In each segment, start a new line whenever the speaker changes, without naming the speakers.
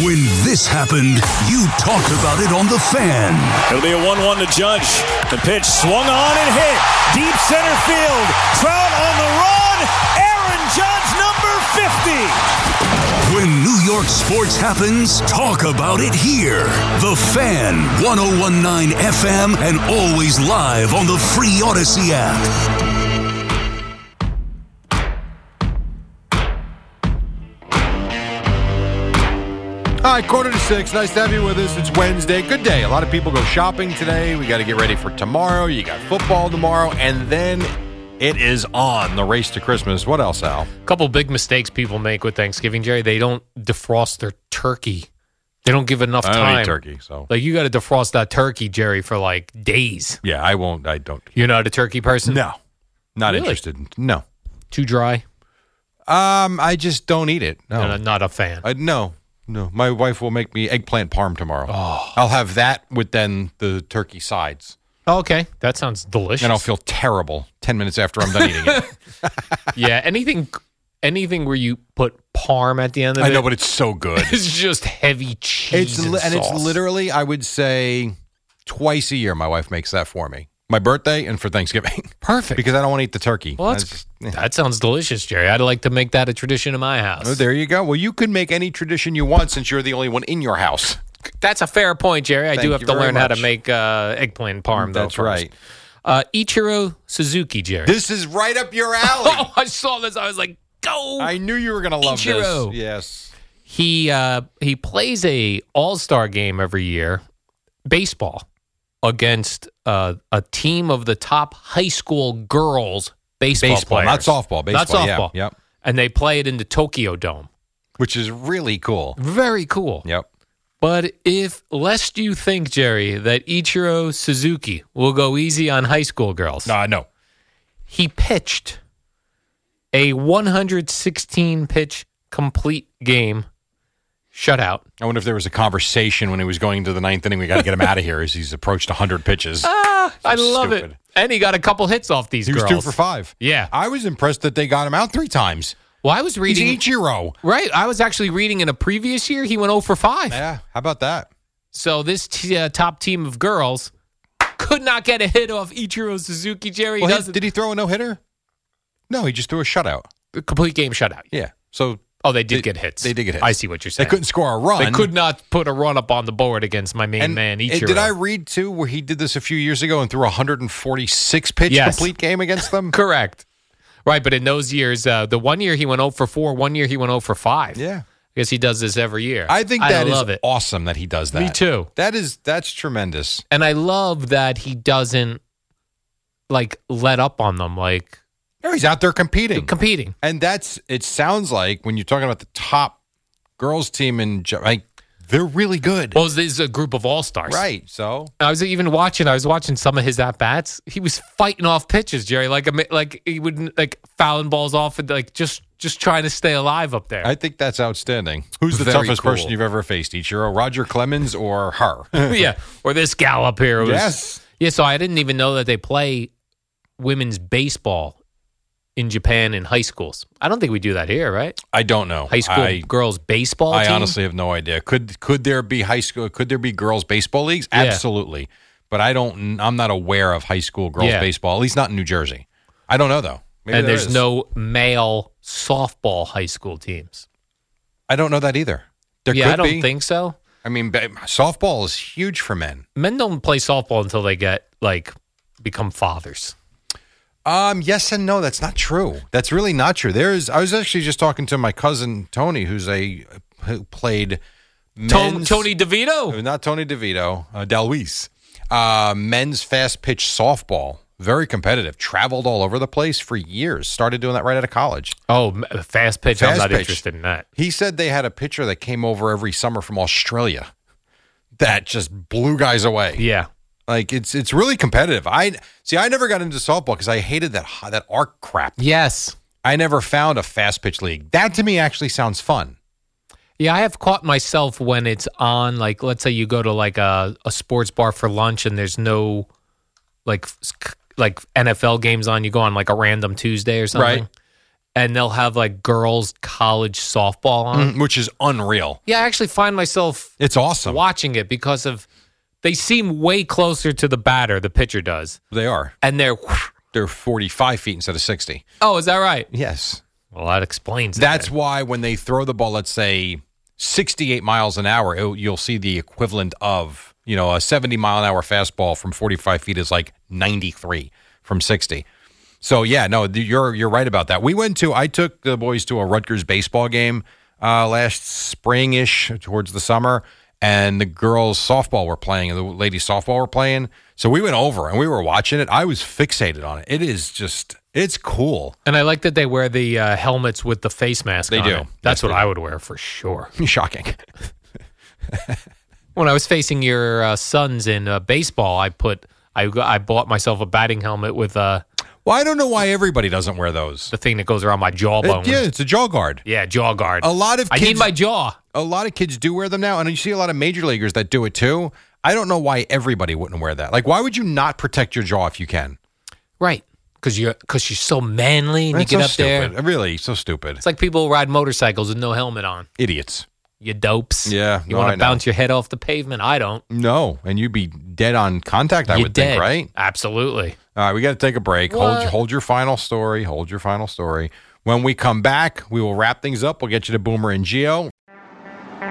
When this happened, you talked about it on The Fan.
It'll be a 1 1 to Judge. The pitch swung on and hit. Deep center field. Trout on the run. Aaron Judge, number 50.
When New York sports happens, talk about it here. The Fan, 1019 FM, and always live on the free Odyssey app.
All right, quarter to six. Nice to have you with us. It's Wednesday. Good day. A lot of people go shopping today. We got to get ready for tomorrow. You got football tomorrow, and then it is on the race to Christmas. What else, Al?
A couple big mistakes people make with Thanksgiving, Jerry. They don't defrost their turkey. They don't give enough
I don't
time.
eat turkey, so
Like you got to defrost that turkey, Jerry, for like days.
yeah, I won't. I don't.
You're not a turkey person.
No, not
Really?
interested. No,
Too dry.
um, I just don't eat it. No,
And I'm not a fan.
I, no, no. My wife will make me eggplant parm tomorrow.
Oh.
I'll have that with then the turkey sides,
Oh, okay, that sounds delicious.
and I'll feel terrible ten minutes after I'm done eating it.
yeah, anything, anything where you put parm at the end of
I
it.
know, but it's so good.
it's just heavy cheese.
It's li- and it's
sauce.
literally, I would say, twice a year. My wife makes that for me, my birthday and for Thanksgiving,
perfect.
because I don't want to eat the turkey.
well,
I
that's,
just- yeah.
that sounds delicious, Jerry. I'd like to make that a tradition in my house.
Oh, there you go. Well, you can make any tradition you want since you're the only one in your house.
That's a fair point, Jerry. I
Thank
do have
you
to
very
learn how to
much.
make uh, eggplant parm, though.
That's
first.
right.
Uh, Ichiro Suzuki, Jerry.
This is right up your alley.
oh, I saw this. I was like, go.
I knew you were going to love
Ichiro.
this. Yes.
he uh, he plays a All Star game every year, baseball, against uh, a team of the top high school girls baseball,
Baseball, not
players.
softball, baseball, yeah,
not softball.
yep.
And they play it in the Tokyo Dome.
Which is really cool.
Very cool.
Yep.
But if, lest you think, Jerry, that Ichiro Suzuki will go easy on high school girls,
No, no.
he pitched a 116 pitch complete game shutout.
I wonder if there was a conversation when he was going to the ninth inning. We got to get him out of here as he's approached 100 pitches.
Ah, I love
stupid.
it. And he got a couple hits off these
he was
girls.
two for five.
Yeah.
I was impressed that they got him out three times.
Well, I was reading.
He's Ichiro.
right. I was actually reading in a previous year, he went 0 for 5.
Yeah, how about that?
So this t- uh, top team of girls could not get a hit off Ichiro Suzuki. Jerry
Well, he-
doesn't.
did he throw a no hitter? No, he just threw a shutout.
complete game shutout.
Yeah. So
Oh, they did
They-
get hits.
they did get hits.
I see what you're
they
saying.
couldn't score a run.
They could not put a run up on the board against my main
And
man
it-
Ichiro.
did I read too where he did this a few years ago and threw a 146 pitch
Yes.
complete game against them?
Correct. Right, but in those years, uh, the one year he went 0 for 4, one year he went 0 for 5.
Yeah.
I guess he does this every year.
I think that
I
is
love it.
awesome that he does that.
Me too.
That is that's tremendous.
and I love that he doesn't like let up on them, like
No, he's out there competing.
competing.
and that's it sounds like when you're talking about the top girls team in Ja- like they're really good.
Well, this is a group of all stars,
right. So
I was even watching. I was watching some of his at bats. He was fighting off pitches, Jerry. Like, I mean, like he wouldn't like fouling balls off, and like just just trying to stay alive up there.
I think that's outstanding. Who's the
Very
toughest
cool.
person you've ever faced, Ichiro? Roger Clemens or her?
yeah, or this gal up here. was-
Yes.
yeah. So I didn't even know that they play women's baseball in Japan in high schools. I don't think we do that here, right?
I don't know.
High school
I,
girls baseball.
I
team?
honestly have no idea. Could could there be high school? Could there be girls baseball leagues?
Yeah.
Absolutely. But I don't. I'm not aware of high school girls
Yeah.
baseball. At least not in New Jersey. I don't know though. Maybe
and
there
there's
is.
no male softball high school teams.
I don't know that either. There
yeah,
could
I don't
be.
think so.
I mean, ba- softball is huge for men.
Men don't play softball until they get like become fathers.
Um, yes and no. That's not true. That's really not true. There's. I was actually just talking to my cousin Tony, who's a who played.
Tom,
men's-
Tony DeVito.
Uh, not Tony DeVito, uh, Dalwise. Uh, men's fast pitch softball, very competitive. Traveled all over the place for years. Started doing that right out of college.
Oh, m- fast pitch. I'm
Fast
not
pitch.
interested in that.
He said they had a pitcher that came over every summer from Australia that just blew guys away.
Yeah.
Like it's it's really competitive. I see. I never got into softball because I hated that hi- that arc crap.
Yes.
I never found a fast pitch league. That to me actually sounds fun.
Yeah, I have caught myself when it's on. Like, let's say you go to like a, a sports bar for lunch, and there's no like f- c- like NFL games on. You go on like a random Tuesday or something,
Right.
and they'll have like girls college softball on.
Which is unreal.
Yeah, I actually find myself
Mm. It's awesome.
watching it because of they seem way closer to the batter, the pitcher does,
They are.
and they're
They're forty five feet instead of sixty.
oh, is that right?
Yes.
Well, that explains. it
That's
then.
why when they throw the ball, let's say 68 miles an hour, it, you'll see the equivalent of, you know, a 70 mile an hour fastball from 45 feet is like 93 from 60. So yeah, no, th- you're you're right about that. We went to I took the boys to a Rutgers baseball game uh, last springish towards the summer, and the girls softball were playing, and the ladies softball were playing. So we went over and we were watching it. I was fixated on it. It is just it's cool.
and I like that they wear the uh, helmets with the face mask.
They
on
do.
it.
Yes,
That's
they
what I would wear for sure.
Shocking.
When I was facing your uh, sons in uh, baseball, I put I I bought myself a batting helmet with uh,
Well, I don't know why everybody doesn't wear those.
the thing that goes around my jawbone.
It- yeah, it's a jaw guard.
Yeah, jaw guard.
A lot of
I need
kids-
my jaw.
A lot of kids do wear them now, and you see a lot of major leaguers that do it too. I don't know why everybody wouldn't wear that. Like, why would you not protect your jaw if you can?
Right, because you're because you're so manly and
That's
you
so
get up
stupid.
there.
Really, so stupid.
It's like people who ride motorcycles with no helmet on.
Idiots.
You dopes.
Yeah,
you
no,
want
I
to
know.
bounce your head off the pavement. I don't.
No, and you'd be dead on contact. I
You're
would
dead.
think, right?
Absolutely.
All right, we got to take a break. Hold
What?
hold your final story. Hold your final story. When we come back, we will wrap things up. We'll get you to Boomer and Geo.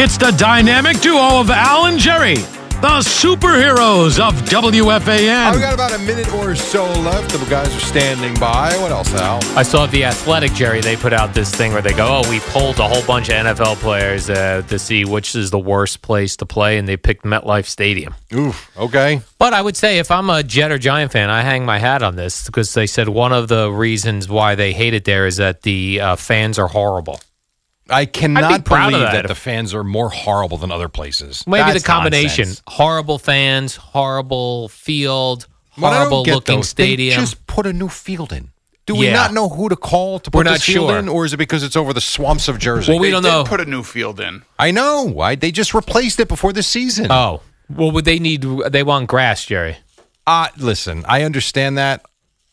It's the dynamic duo of Al and Jerry, the superheroes of
All right, we
WFAN.
got about a minute or so left. The guys are standing by. What else, Al?
I saw the athletic Jerry. They put out this thing where they go, "Oh, we polled a whole bunch of NFL players uh, to see which is the worst place to play," and they picked MetLife Stadium.
Oof. Okay.
But I would say if I'm a Jet or Giant fan, I hang my hat on this because they said one of the reasons why they hate it there is that the uh, fans are horrible.
I cannot
proud of
believe that.
that.
the fans are more horrible than other places.
Maybe
That's
the combination:
nonsense.
horrible fans, horrible field,
What I don't
horrible
get,
looking
though, is they
stadium.
just put a new field in. Do we
Yeah.
not know who to call to put
We're
this
not
field
sure.
in, or is it because it's over the swamps of Jersey?
well, we don't know.
Put a new field in.
I know. Why they just replaced it before the season?
oh, well, would they need? They want grass, Jerry.
Uh, listen, I understand that.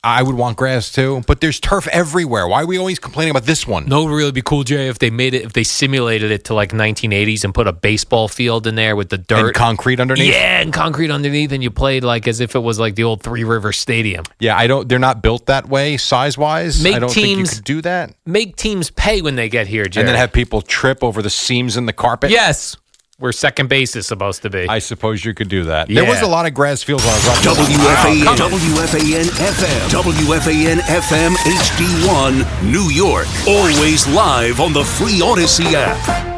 I would want grass too, but there's turf everywhere. Why are we always complaining about this one?
No, it would really be cool, Jay, if they made it, if they simulated it to like 1980s and put a baseball field in there with the dirt.
and concrete underneath.
yeah, and concrete underneath, and you played like as if it was like the old Three River Stadium.
Yeah, I don't. They're not built that way, size wise.
Make
I don't think you
teams-
could do that.
Make teams pay when they get here, Jay.
And then have people trip over the seams in the carpet.
yes, where second base is supposed to be.
I suppose you could do that.
Yeah.
There was a lot of grass fields on Rock
WFAN, WFAN FM, WFAN FM HD1, New York. Always live on the free Odyssey app.